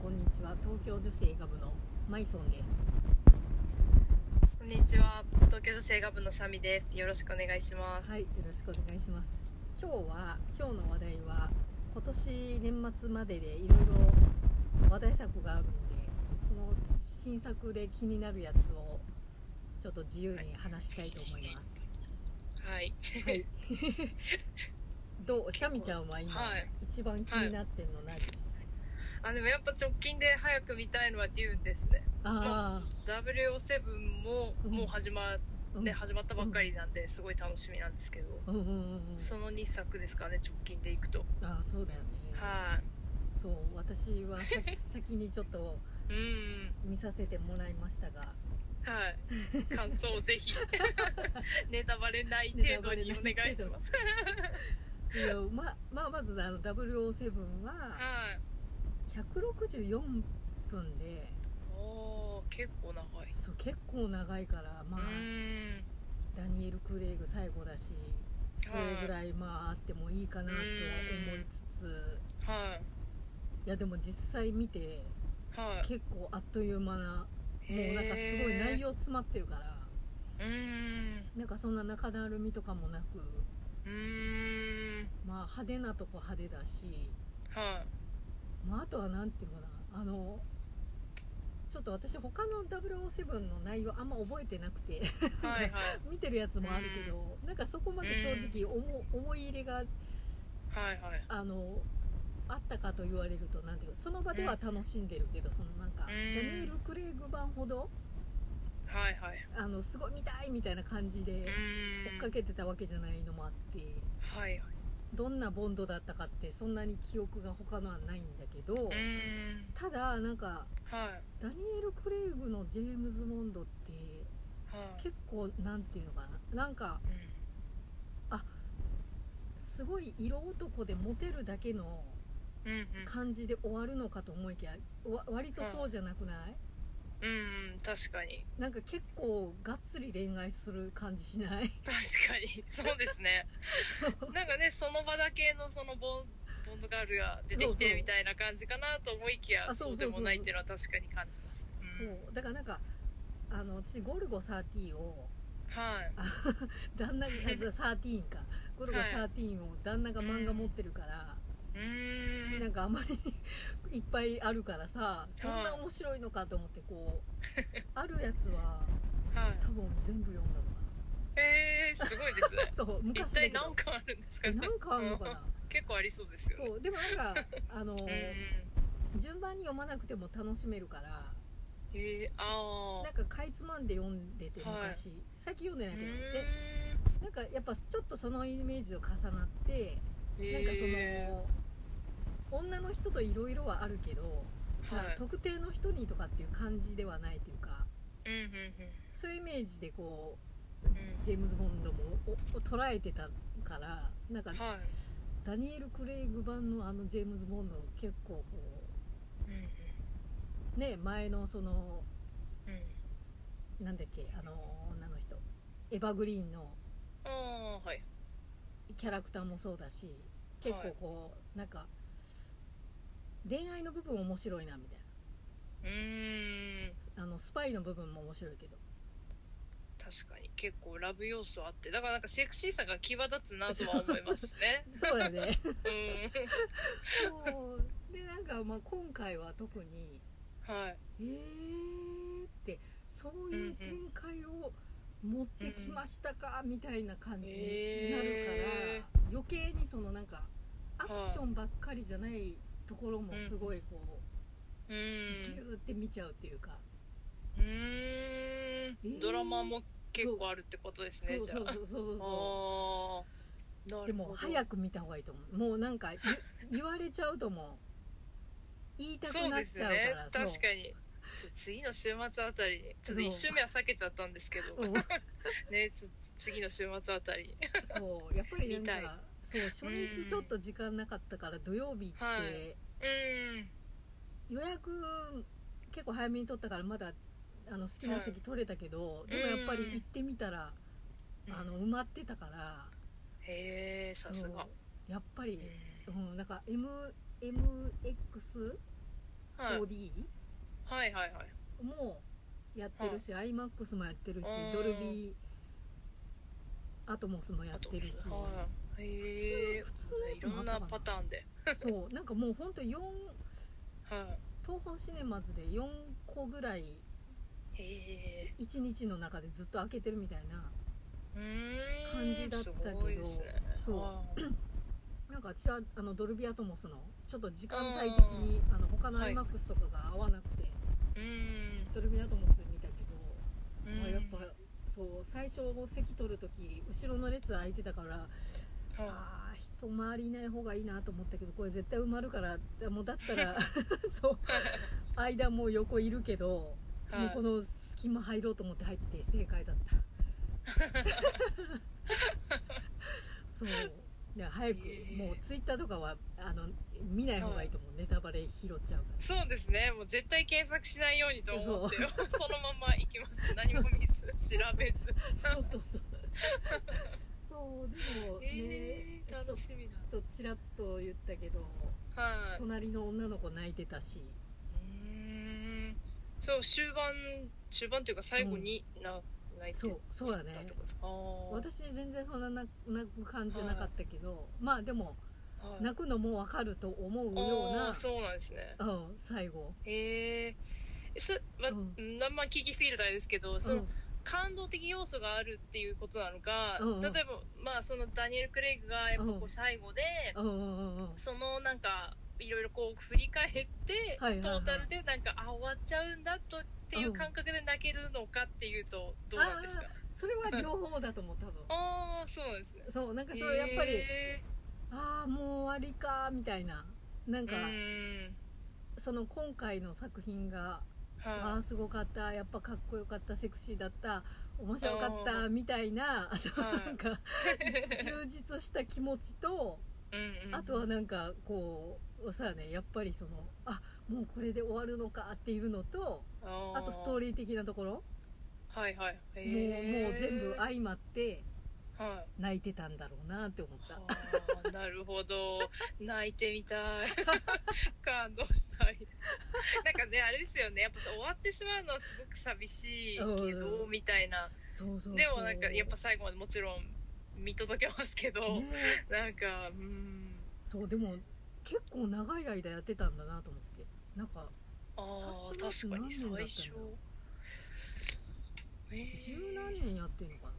東京女子映画部のマイソンですこんにちは。東京女子映画部のシャミです。よろしくお願いします。はい、よろしくお願いします。今日は今日の話題は今年年末まででいろいろ話題作があるので、その新作で気になるやつをちょっと自由に話したいと思います。はい。はい。 どう、シャミちゃんは今、はい一番気になってんの何？あ、でもやっぱ直近で早く見たいのはデューンですね。ああ、 W7 もうんもう始ま,、うんね、始まったばっかりなんで、すごい楽しみなんですけど。うんうんうんうん。その2作ですかね、直近でいくと。ああ、そうだよね。はそう、私はさ先 にちょっとい。うん。見させてもらいましたが。 はい。感想をぜひ。ネタバレない程度にお願いします。いやままあまずあの007ははい。 164分でおー、結構長い。そう結構長いからまうあん。ダニエル・クレイグ最後だしそれぐらいまああってもいいかなとは思いつつはいやでも実際見てい。はい。結構あっという間なもうなんかすごい内容詰まってるからへー。うん。なんかそんな中だるみとかもなくうーんまあ派手なとこ派手だしはまあ、あとはなんていうのかなあのちょっと私他の007の内容あんま覚えてなくて いはいはい見てるやつもあるけどなんかそこまで正直思思い入れがはいはいあのあったかと言われるとなんていうかその場では楽しんでるけどそのなんかダうんニエル・クレイグ版ほどはいはいあのすごい見たいみたいな感じでうーん追っかけてたわけじゃないのもあってはいはいどんなボンドだったかってそんなに記憶が他のはないんだけどうーんただなんかはいダニエル・クレイグのジェームズ・モンドってはい結構なんていうのかななんかうんすごい色男でモテるだけのうんうん感じで終わるのかと思いきやわ割とそうじゃなくない、うんうん確かになんか結構がっつり恋愛する感じしない確かにそうですねなんかねその場だけのそのボンボンドガールが出てきそうてそうみたいな感じかなと思いきやあそうそそううそでうもないっていうのは確かに感じますうんそうだからなんかあの私ゴルゴ13をはい旦 那が13かゴルゴ13を旦那が漫画持ってるから、うーんなんかあまり いっぱいあるからさそんな面白いのかと思ってこうあるやつ ははい多分全部読んだのえーすごいですねかなそう一昔だけ体ど何巻あるんですかえね何かあるのかな結構ありそうですよねそうでもなんかあのうんうん順番に読まなくても楽しめるからえー、あなんかかいつまんで読んでて昔、はい最近読んでなあいけどでなんかやっぱちょっとそのイメージと重なってなんかその女の人といろいろはあるけど、そのまはあい特定の人にとかっていう感じではないというかうんうんそういうイメージでこうんうジェームズ・ボンドもおお捉えてたからなんかうんはいダニエル・クレイグ版のあのジェームズ・ボンド結構こうんうね前のそのうんうんなんだっけあの女の人エヴァグリーンのあーはいキャラクターもそうだし結構こう、なんか恋愛の部分面白いなみたいうーんなあのスパイの部分も面白いけど確かに結構ラブ要素あってだからなんかセクシーさが際立つなとは思いますね そうだよ ねうんそうでなんか、まあ、今回は特にはいえーってそういう展開を持ってきましたか、みたいな感じになるへから、余計にそのなんかアクションばっかりじゃないところもすごいこうう、ギんューって見ちゃうっていうか、うーんドラマも結構あるってことですねそうじゃそうあそうそうそうそあーなうるでほもど早く見た方がいいと思うもうなんかゆ言われちゃうともう言いたくそうなっですちゃうねから確かにちょ次の週末あたりにちょっと1週目は避けちゃったんですけどそううんねちょっと次の週末あたりにそうやっぱりなん 見たいかそう初日ちょっと時間なかったから土曜日って、はいうん予約結構早めに取ったからまだあの好きな席取れたけど、でもやっぱり行ってみたら、あの埋まってたからへえさすがそうやっぱりう、んうん、なんか MMXOD はいはいはいはいもやってるし、IMAX もやってるし、うんドルビーアトモスもやあっとてるし、はいへえ普通のやいつもあろんったなかなパターンでそうなんかもうほんと4は東宝シネマズで4個ぐらいいへえ1日の中でずっと開けてるみたいなうーん感じだったけどすごいですねそうあなんか私はあのドルビーアトモスのちょっと時間帯的にあの他のはい IMAX とかが合わなくて、ーうーんドルビーアトモスで見たけど、うまあ、んやっぱそう最初席取る時後ろの列空いてたからはあー人回りいない方がいいなと思ったけどこれ絶対埋まるからもうだったら そう間もう横いるけど、いもうこの隙間入ろうと思って入って正解だったそういや早くへえもうツイッターとかはあの見ない方がいいと思う、ネタバレ拾っちゃうからそうですね。もう絶対検索しないようにと思って、 そのまま行きます。何も見ず、調べず。そうそうそうそうでもね、えー、楽しみだ。ちょっとちらっと言ったけどはい。う隣の女の子泣いてたしーん。そう、終盤、終盤というか最後にな、泣いてそうそうだねたってことですか。あー私全然そんな泣泣く感じじゃなかったけど、まあでもはい泣くのも分かると思うようあーなそうなんですね。うん、最後、へえー。そまうんうん、あんま聞きすぎるとあれですけど、その、うん感動的要素があるっていうことなのか、うんうん例えば、まあ、そのダニエル・クレイグがやっぱこうんう最後で、うんうんうんうんそのなんかいろいろこう振り返って、はいはいはいトータルでなんかあ終わっちゃうんだとっていう感覚で泣けるのかっていうとどうなんですか、それは両方だと思う多分 ああーそうなんですねそうなんかそれやっぱり、へああもう終わりかみたいななんーうか、ーんその今回の作品が、あはあすごかったやっぱかっこよかったセクシーだった面白かっうんうたみたいな、はいなんかい充実した気持ちとうんうんあとはなんかこうさあねやっぱりそのあもうこれで終わるのかっていうのとあとストーリリー的なところもーはいはいうへもう全部ーはい相まっては泣いてたんだろうなって思ったあなるほど泣いてみたい 感動したいなんかねあれですよねやっぱ終わってしまうのはすごく寂しいけど、うみたいなそうそうそうでもなんかやっぱ最後までもちろん見届けますけど、ねなんかうーんそうでも結構長い間やってたんだなと思ってなんかああ最初確のかやにつ最何年だったんだろう十何年初えー、やってんのか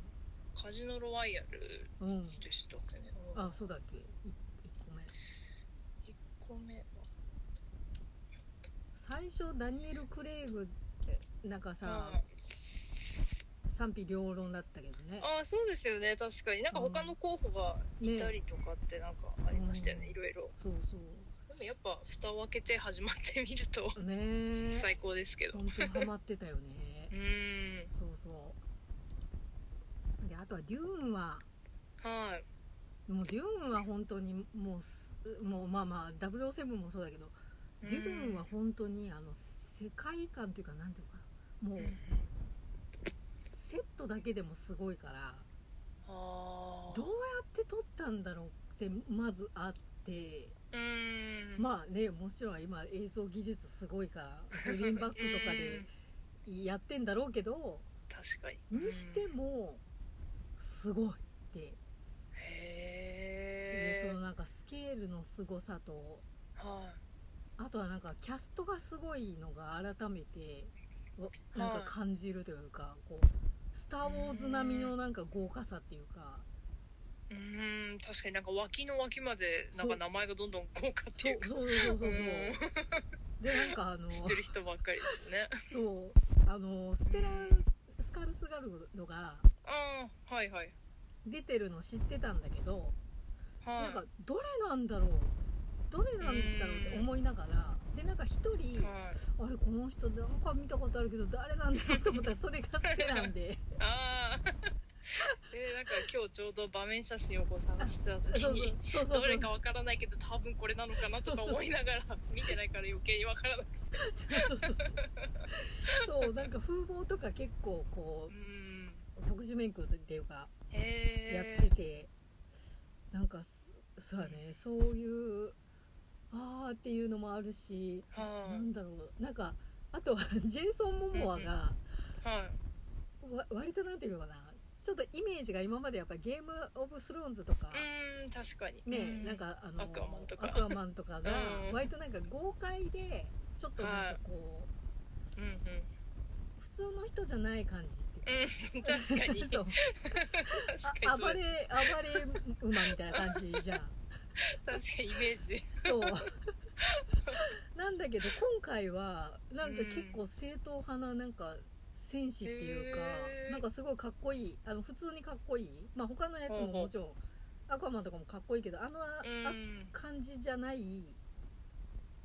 カジノロワイヤルなうんでしたっけねあそうだっけい一個目1個目は最初ダニエル・クレイグってなんかさあ賛否両論だったけどねあーそうですよね確かになんか他の候補がいたりとかってなんかありましたよねうんいろいろそうそでもやっぱ蓋を開けて始まってみるとうねえ最高ですけど本当にハマってたよねうーんそうそうであとはデューンははいもうデューンは本当にもうすもうまあまあ007もそうだけどデューンは本当にあの世界観というかなんていうかなもううんうんセットだけでもすごいからあどうあやって撮ったんだろうってまずあってうーんまあねもちろん今映像技術すごいからグリーンバックとかうんでやってんだろうけど確かににしてもすごいっていうへそえのなんかスケールのすごさとはあとはなんかキャストがすごいのが改めてわなんか感じるというかこう「スター・ウォーズ」並みのなんか豪華さっていうかいうーん確かになんか脇の脇までなんか名前がどんどん豪華ってそいううかそうそうそうそううでなんかあのん 知ってる人ばっかりですねそうあのステラうんスカルスガルドがああはいはい出てるの知ってたんだけどはないんかどれなんだろうどれなんだろうって思いながらでなんか一人はいあれこの人なんか見たことあるけど誰なんだろうと思ったらそれがステラン でああえー、なんか今日ちょうど場面写真をこう探してた時そうにそうそうそうどれかわからないけど多分これなのかなとか思いながら見てないから余計にわからなくてそうそうそうそうなんか風貌とか結構こうーんう特殊メイクっていうかやっへてえて、なんかそそうやねそういうあーっていうのもあるし、はなんだろうなんかあとは ジェイソン・モモアがはい。わ割となんていうのかなちょっとイメージが今までやっぱりゲームオブスローンズとか、うーん、確かに。ね、うんなん、かあのアクアマンとかアクアマンとかがうん割となんか豪快でちょっとなんかこう、うんうん。普通の人じゃない感じっていううん、確かに。 そう確かあに暴そうれです。暴れ馬みたいな感じじゃん確かにイメージ。 そうなんだけど今回はなんか結構正統派ななんか戦士っていうか、へーなんかすごいかっこいいあの普通にかっこいいまあ他のやつももちろんアクアマンとかもかっこいいけどあのあうん。感じじゃない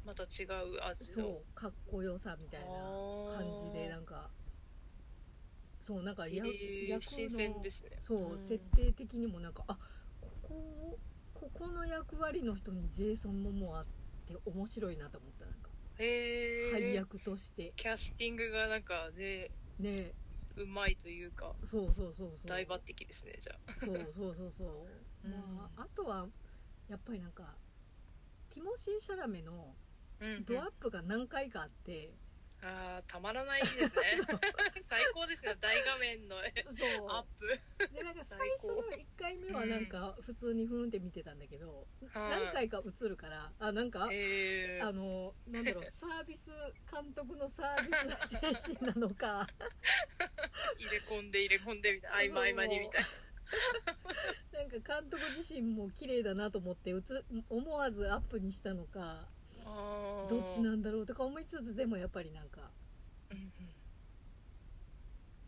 また違う味その。うかっこよさみたいな感じでなんかそうなんかあやーえー役新の鮮ですね。そう、ん設定的にもなんかあここをここの役割の人にジェイソン・モモアって面白いなと思ったなんか配へえ。役としてキャスティングがなんかね、ねうまいというか、そうそうそうそう大抜擢ですね、じゃあ。そうそうそうそう、 うんまああとはやっぱりなんかティモシー・シャラメのうんうんドアップが何回かあって、あーたまらない ですね。最高ですね、大画面のえそうアップ。でなんか最最初の高1回目はなんか普通にふーんって見てたんだけど、何回か映るからあなんか、えあのなん だろうサービス監督のサービス精神なのか 入れ込んで入れ込んでみたいな合間合間にみたいなんか監督自身も綺麗だなと思ってうつ思わずアップにしたのかなあーどっちなんだろうとか思いつつでもやっぱりなんかうん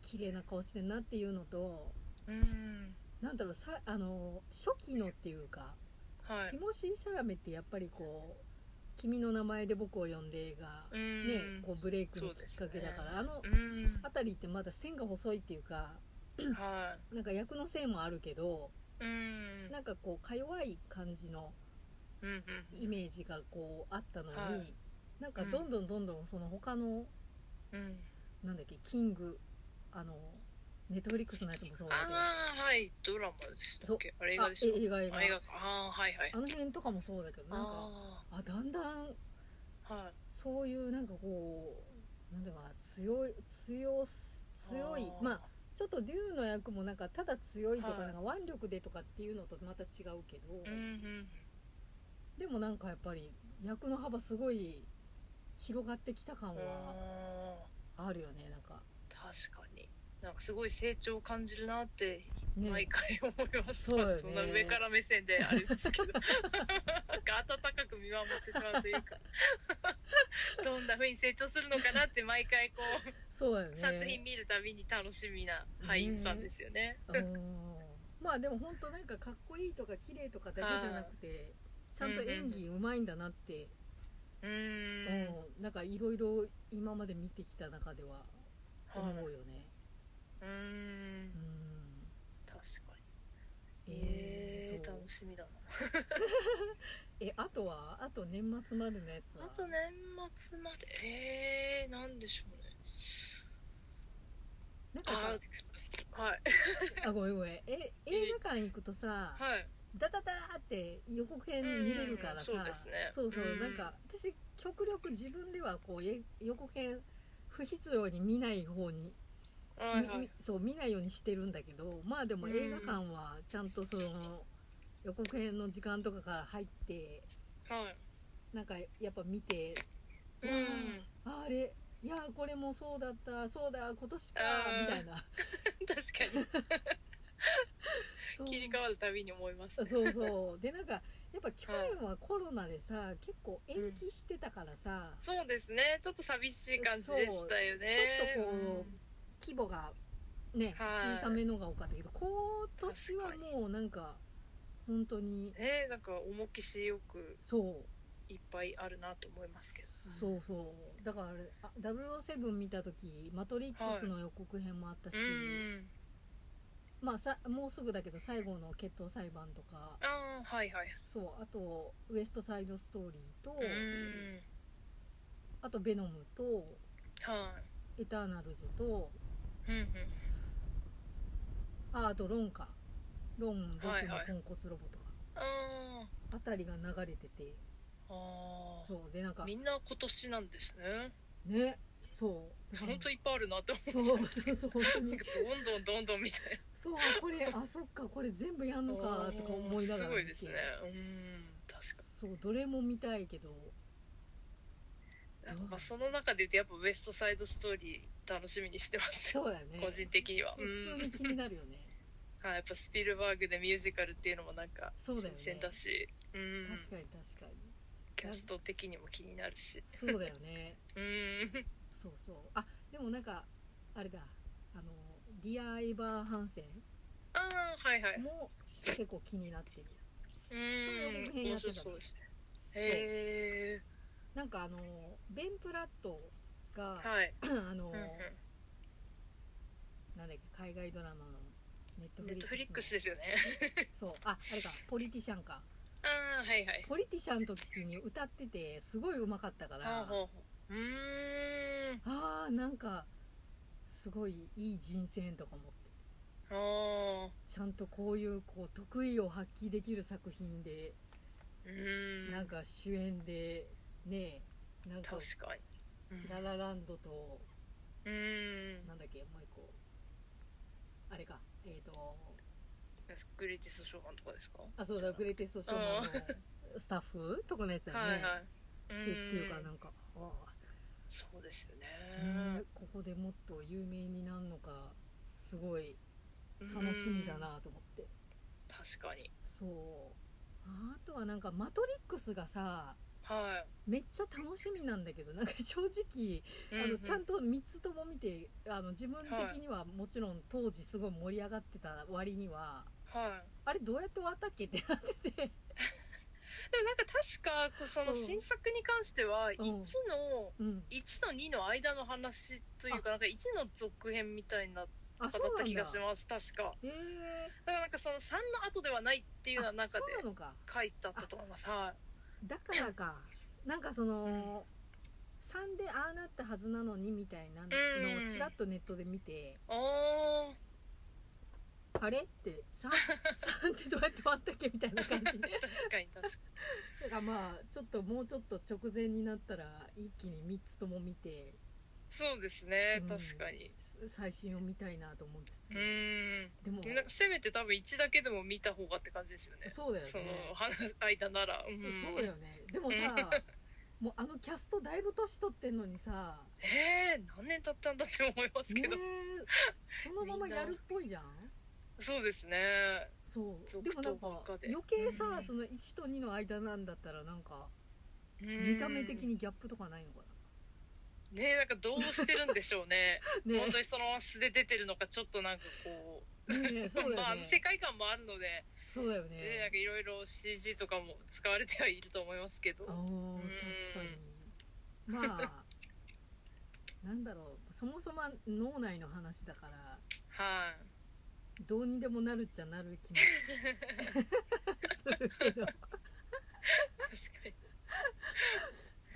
綺麗な顔してんなっていうのとうんうんなんだろうさあの初期のっていうかはテいィモシー・シャラメってやっぱりこう「君の名前で僕を呼んで」がうねんこうブレイクのそうきでっすかねけだから、あのうん辺りってまだ線が細いっていうかはなんか役のせいもあるけどいうんなんかこうか弱い感じのうんうんイメージがこうあったのに、はいなんかどんどんどんどんその他のうんなんだっけキングあのネットフリックスのやつもそうだけどああはいドラマでしたっけあれ映画でしあたえ映画映画あ映画かああはいはいあの辺とかもそうだけどなんかああだんだんあはいそういうなんかこうなんだかな強い強す強いまあちょっとデューの役もなんかただ強いとかはいなんか腕力でとかっていうのとまた違うけど、うんうんでもなんかやっぱり役の幅すごい広がってきた感はああるよねなんかー確かになんかすごい成長を感じるなってね毎回思います、そうよねそんな上から目線であれですけどなんか温かく見守ってしまうという かどんな風に成長するのかなって毎回こう、そうだよね作品見るたびに楽しみな俳優さんですよね、うんまあでも本当なんかかっこいいとか綺麗とかだけじゃなくてちゃんと演技うまいんだなって、ううーん、んなんかいろいろ今まで見てきた中では思はいうよね、うーんうん確かにえー、そう楽しみだなえあとはあと年末までのやつはあと年末までえー、なんでしょうねなんかさ あはいあごめんごめんえ映画館行くとさはいダダダーって予告編見れるからさ、うんそうですねそうそううんなんか私極力自分ではこうえ予告編不必要に見ない方にはいはいみそう見ないようにしてるんだけどまあでもうん映画館はちゃんとその予告編の時間とかから入ってはいなんかやっぱ見てうん ああれいやーこれもそうだったそうだ今年かうんみたいな確かにそう切り替わるたびに思います、ね、そうそうでなんかやっぱ去年はコロナでさ結構延期してたからさ、そうですねちょっと寂しい感じでしたよねそうちょっとこ規模がねはい小さめのが多かったけど今年はもうなんか本当にうんねなんか重きしよくそういっぱいあるなと思いますけどそうそうだからあれあ007見た時「マトリックス」の予告編もあったし、うんまあさもうすぐだけど最後の決闘裁判とかああはいはいそうあと「ウエスト・サイド・ストーリーと」うんあと「ベノム」とは「エターナルズ」というんうんああと「ロン」か「ロン僕はいのはいポンコツロボ」とか、ああたりが流れててーあそうでなんかーみんな今年なんですねねそう本当いっぱいあるなってそ思うっちゃ。そうなんかうそう本当にどんどんどんどんみたいそうこれあそっかこれ全部やんな。のかとか思いながらすごい見てですね。うん、確かそうどれも見たいけどに。なんかまあその中で言うとやっぱウエストサイドストーリー楽しみにしてます。そうやね個人的には。そうう普通にん。気になるよねはい、やっぱスピルバーグでミュージカルっていうのもなんかそう新だよね鮮だし、うん、確かに確かにキャスト的にも気になるし、そうだよねうん、そうそうあでもなんかあれだあのディア・エヴァーハンセンああはいはい、も結構気になってるうん、面白そうですね。へえ、なんかあのベン・プラットが、はい、 あの、うんうんなんだっけ海外ドラマのネットフネリッックトスフリックスです よね。そうああれかポリティシャンかああはいはい。ポリティシャンの時に歌っててすごい上手かったからあーほうほう。うーん。あーなんかすごいいい人選とか思ってああ。ちゃんとこういうこう得意を発揮できる作品で、うーん。なんか主演でねなんか確かに。ララランドとうん。うん。なんだっけもう一個あれかえっ、とグレイティストショーマンとかですか。あそうだグレイテストショーマンのスタッフとかのやつだよね、はいはい。う。っていうかなんんかあそうですよねあ、ねえ。ここでもっと有名になるのかすごい楽しみだうん。なと思って、確かに。そうあとはなんか「マトリックス」がさはめっちゃ楽しみなんだけどなんか正直い。あうのうちゃんと3つとも見てあの自分的にはもちろん当時すごい盛り上がってた割にははい。あれどうやって終わったっけってなっててでもなんか確かこうその新作に関しては1んのうん1の2の間の話というかなんか1の続編みたいなあ方そうなだっんただ気がします確かへえだからなんかその3の後ではないっていうのはあ中そでうなのか書いてあったと思いますはだからかなんかその3でああなったはずなのにみたいなのうんをちらっとネットで見ていああれって3 三ってどうやって終わったっけみたいな 感じー 確かに確かだからまあちょっともうちょっと直前になったら一気に3つとも見てにそうですねうん確かに最新を見たいなと思いつうつ、ーんでもなんかせめて多分1だけでも見た方がって感じですよねそうだよねその話す間ならうんそうだよねでもさもうあのキャストだいぶ年取ってんのにさえー何年経ったんだって思いますねけえどそのままやるっぽいじゃんそうですねそう続でもなんか投ばっかで余計うさんその1と2の間なんだったらなんか見見た目的にギャップとかないのかねえなんかどうしてるんでしょうねな ね本当にそのまま素で出てるのかちょっとなんかこねえうそうだよまあね世界観もあるので、そうだよねなんねかいろいろ CG とかも使われてはいると思いますけどあうー確かにまあなんだろうそもそも脳内の話だからはい、どうにでもなるっちゃなる気もするけ どど確か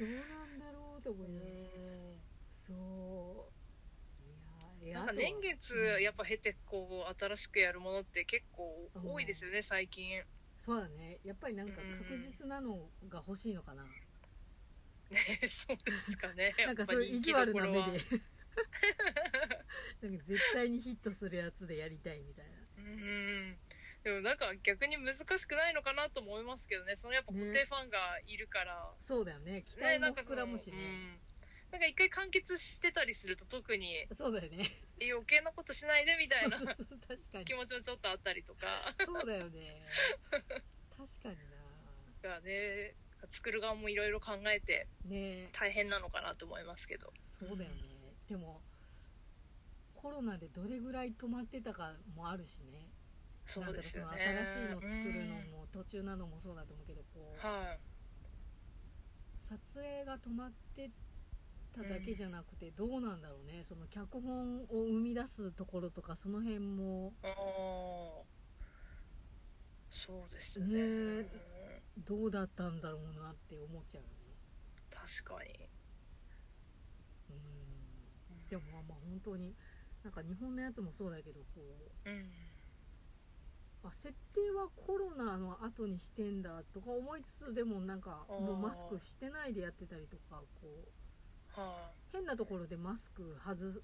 にうなんだろうと思いながらそういやなんか年月やっぱ経てこう新しくやるものって結構多いですよね 最近そうだねやっぱりなんか確実なのが欲しいのかな、ねそうですかねや なっんかぱそういう人意地気ど悪こなろ目はで なんか絶対にヒットするやつでやりたいみたいなうんでもなんか逆に難しくないのかなとも思いますけどねそのやっぱ固定ファンがいるから、そうだよね期待ね、なもんかそ膨のらむしねうん、なんか一回完結してたりすると特にそうだよねえ余計なことしないでみたいな 確かに気持ちもちょっとあったりとかそうだよね確かにながね作る側もいろいろ考えてね大変なのかなと思いますけどそうだよねでもコロナでどれぐらい止まってたかもあるしねそうですよねなんだろうその新しいの作るのも途中なのもそうだと思うけどこうんうはい撮影が止まってただけじゃなくてどうなんだろうねその脚本を生み出すところとかその辺もあーそうですよねねえうんどうだったんだろうなって思っちゃうよ確かにねうんでもまあまあ本当になんか日本のやつもそうだけどこうんうあ設定はコロナの後にしてんだとか思いつつでもなんかあーもうマスクしてないでやってたりとかこうは変なところでマスク外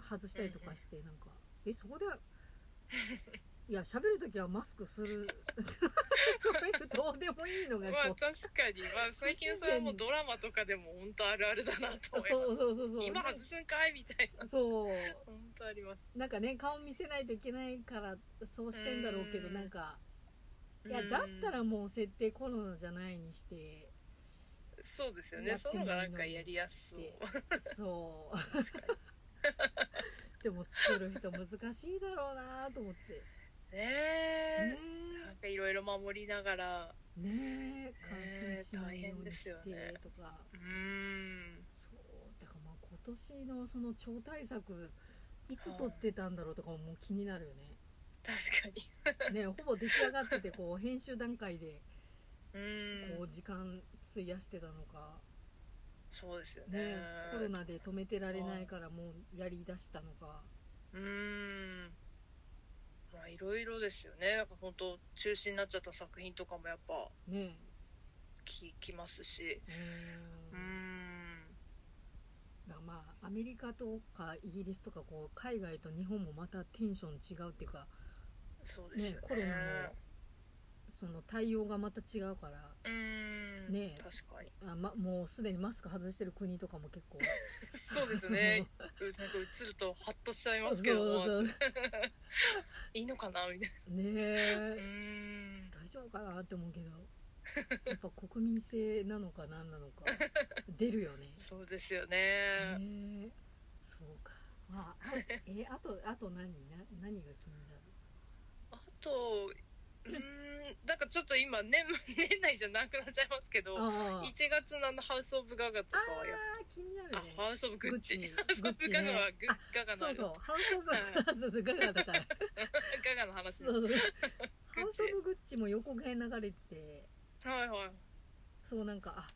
外したりとかしてなんかえそこで いや喋るときはマスクする そういうどうでもいいのいがまこあう確かに、まあ、最近それはもうドラマとかでも本当あるあるだなと思いそうますそうそうそう今なん外すんかいみたいなそう本当ありますなんかね顔見せないといけないからそうしてんだろうけどうんなんかいやだったうらんもう設定コロナじゃないにしてそうですよやねってそもいいのの方にがなんかやりやすそうってそう 確かにでも作る人難しいだろうなと思ってねねえ、なんかいろいろ守りながらえねえね感染えしないよう大変にですしよてねとか、うーんそうだからまあ今年のその超大作いつ撮ってたんだろうとかももう気になるよ ね。確かにねほぼ出来上がっててこう編集段階でうーこうん時間費やしてたのか、そうですよねね、コロナで止めてられないからもうやりだしたのか。うーんまあいろいろですよねなんか本当中止になっちゃった作品とかもやっぱね聞きますしえうーうーんんだからまあアメリカとかイギリスとかこう海外と日本もまたテンション違うっていうかそうですよねねコロナのその対応がまた違うからうーんねえ確かにあ、ま、もうすでにマスク外してる国とかも結構そうですねうなんか映るとハッとしちゃいますけどそうそう思わずいいのかなみたいねなうーえん大丈夫かなって思うけどやっぱ国民性なのか何なのか出るよねそうですよねねえそうか まああえあとあと何な何が気になるあとうーんなんかちょっと今年年内じゃなくなっちゃいますけどああ1月のあのハウス・オブ・ガガとかはやっあー気になぱるねあハウス・オブ・グッチグッチハウス・オブ・ガガはグあガガそのあうれそうだハウス・オブ・ガそうそうガガ だからガガの話そだうはそうハウス・オブ・グッチも横告編流れてていはいそうなんかあ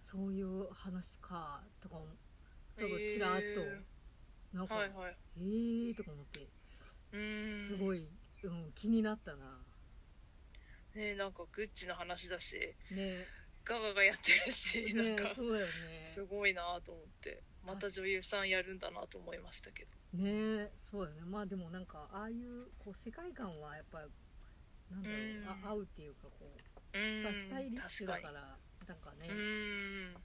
そういう話かとかもちょっとちらっと、えなんーか、はいえはいーとか思ってうーんすごい、うん、気になったなねなんかグッチの話だし ねガガがやってるしなんねかそうだよすごいなと思ってまた女優さんやるんだなと思いましたけどねねそうだよねまあでもなんかああいうこう世界観はやっぱなんだろううんあ合うっていうかこううやっーぱんスタイリッシュだ確かからなんかにうねーん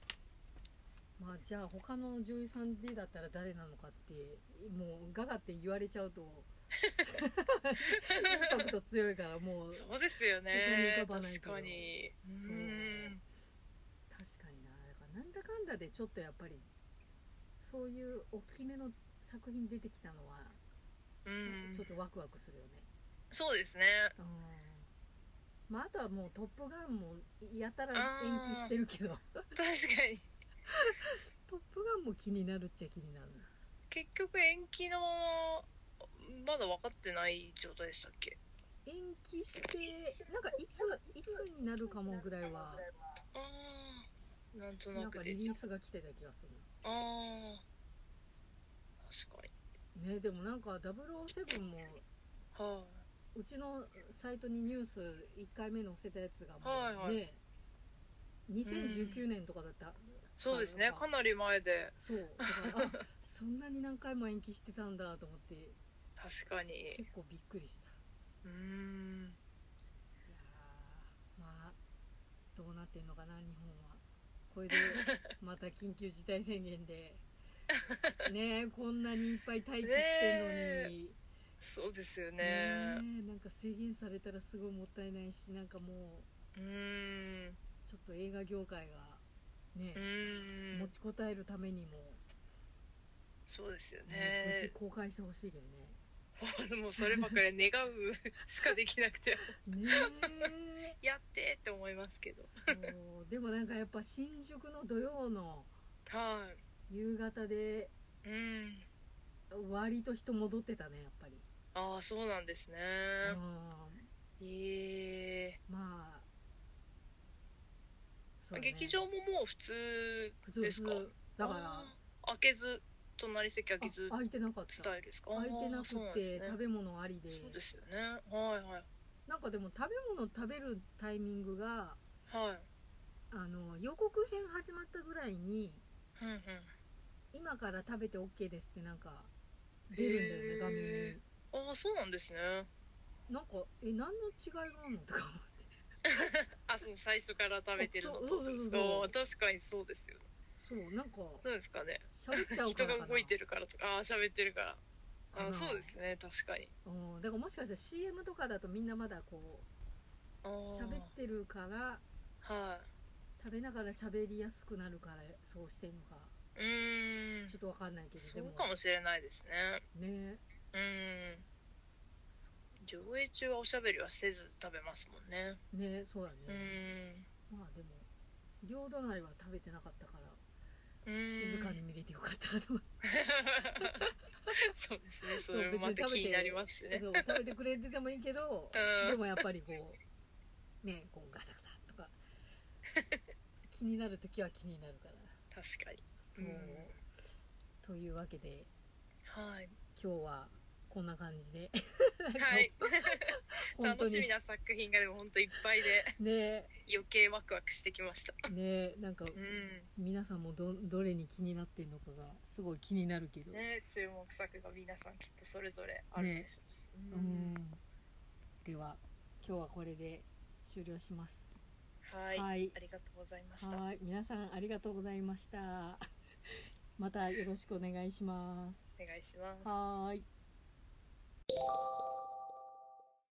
まあじゃあ他の女優さんでだったら誰なのかってもうガガって言われちゃうとイ ンパクト強いからもうそうですよ思いね浮かばないけ確どかにうそうーん確かになだからなんだかんだでちょっとやっぱりそういう大きめの作品出てきたのはうちょんっとワクワクするよね、そうですね うんまあ、あとはもう「トップガン」もやたら延期してるけど「確かにトップガン」も気になるっちゃ気になるな結局延期のまだ分かってない状態でしたっけ延期してなんかいついつになるかもぐらいはああなんとななんかくでリリースが来てた気がするああ確かにねでもなんか007もはうちのサイトにニュース1回目載せたやつがもう、はいはいね2019年とかだった、いそうですねかなり前でそうだからあ そんなに何回も延期してたんだと思って確かに結構びっくりしたうーいんやーまあどうなってんのかな日本はこ れでまた緊急事態宣言でねえこんなにいっぱい待機してんのに、そうですよねえねなんか制限されたらすごいもったいないしなんかもうーんうちょっと映画業界がねう、ー持んちこたえるためにも、そうですよねね無事公開してほしいけどね もうそればっかり願うしかできなくて ねえやってって思いますけどそうでもなんかやっぱ新宿の土曜のは夕方でいうん割と人戻ってたねやっぱり、ああそうなんですねうええん、まあそだね劇場ももう普通普通ですか普通だからあー開けず隣席開けずあ空いてなかったスタイルですか空いてなあーそうくんて、ですね食べ物ありでそうですよねはいはいなんかでも食べ物食べるタイミングがはいあの予告編始まったぐらいにうんうん。今から食べて OK ですってなんか出るんだよねへー画面にああ、そうなんですね。なんかえ何の違いがあるのとかあ、そう、最初から食べてるのとそうそうそうそう確かにそうですよ。そうなんか そうですかね。喋っちゃうか人らかなが動いてるからとか、ああ、喋ってるから。かなあーそうですね、確かに。うんだからもしかしたら CM とかだとみんなまだこあうー喋ってるからは食べながら喋りやすくなるからそうしてんのかい。うーんちょ。っとわかんないけどそでうかもしれないですね。ねうーん。上映中はおしゃべりはせず食べますもんね。ねそうだうーね、ん。まあでも両隣は食べてなかったからうーん静かに見れてよかったなと思ってそうですね。そそうれもま別たに食べ気てになりますしね。そう食べてくれててもいいけど、 うんでもやっぱりこうねこうガサガサとか 気になる時は気になるから確かに。そう、うんというわけではい。今日はこんな感じ ではい。本当楽しみにな作品がでも本当いっぱいでね余計ワクワクしてきました。ねなんかうん。皆さんもどどれに気になってるのかがすごい気になるけど、ね、注目作が皆さんきっとそれぞれあるでしょうし。ううんんでは今日はこれで終了しますはい。はいありがとうございました。ははい、皆さんありがとうございました。またよろしくお願いしまお願いしますす。。はーい。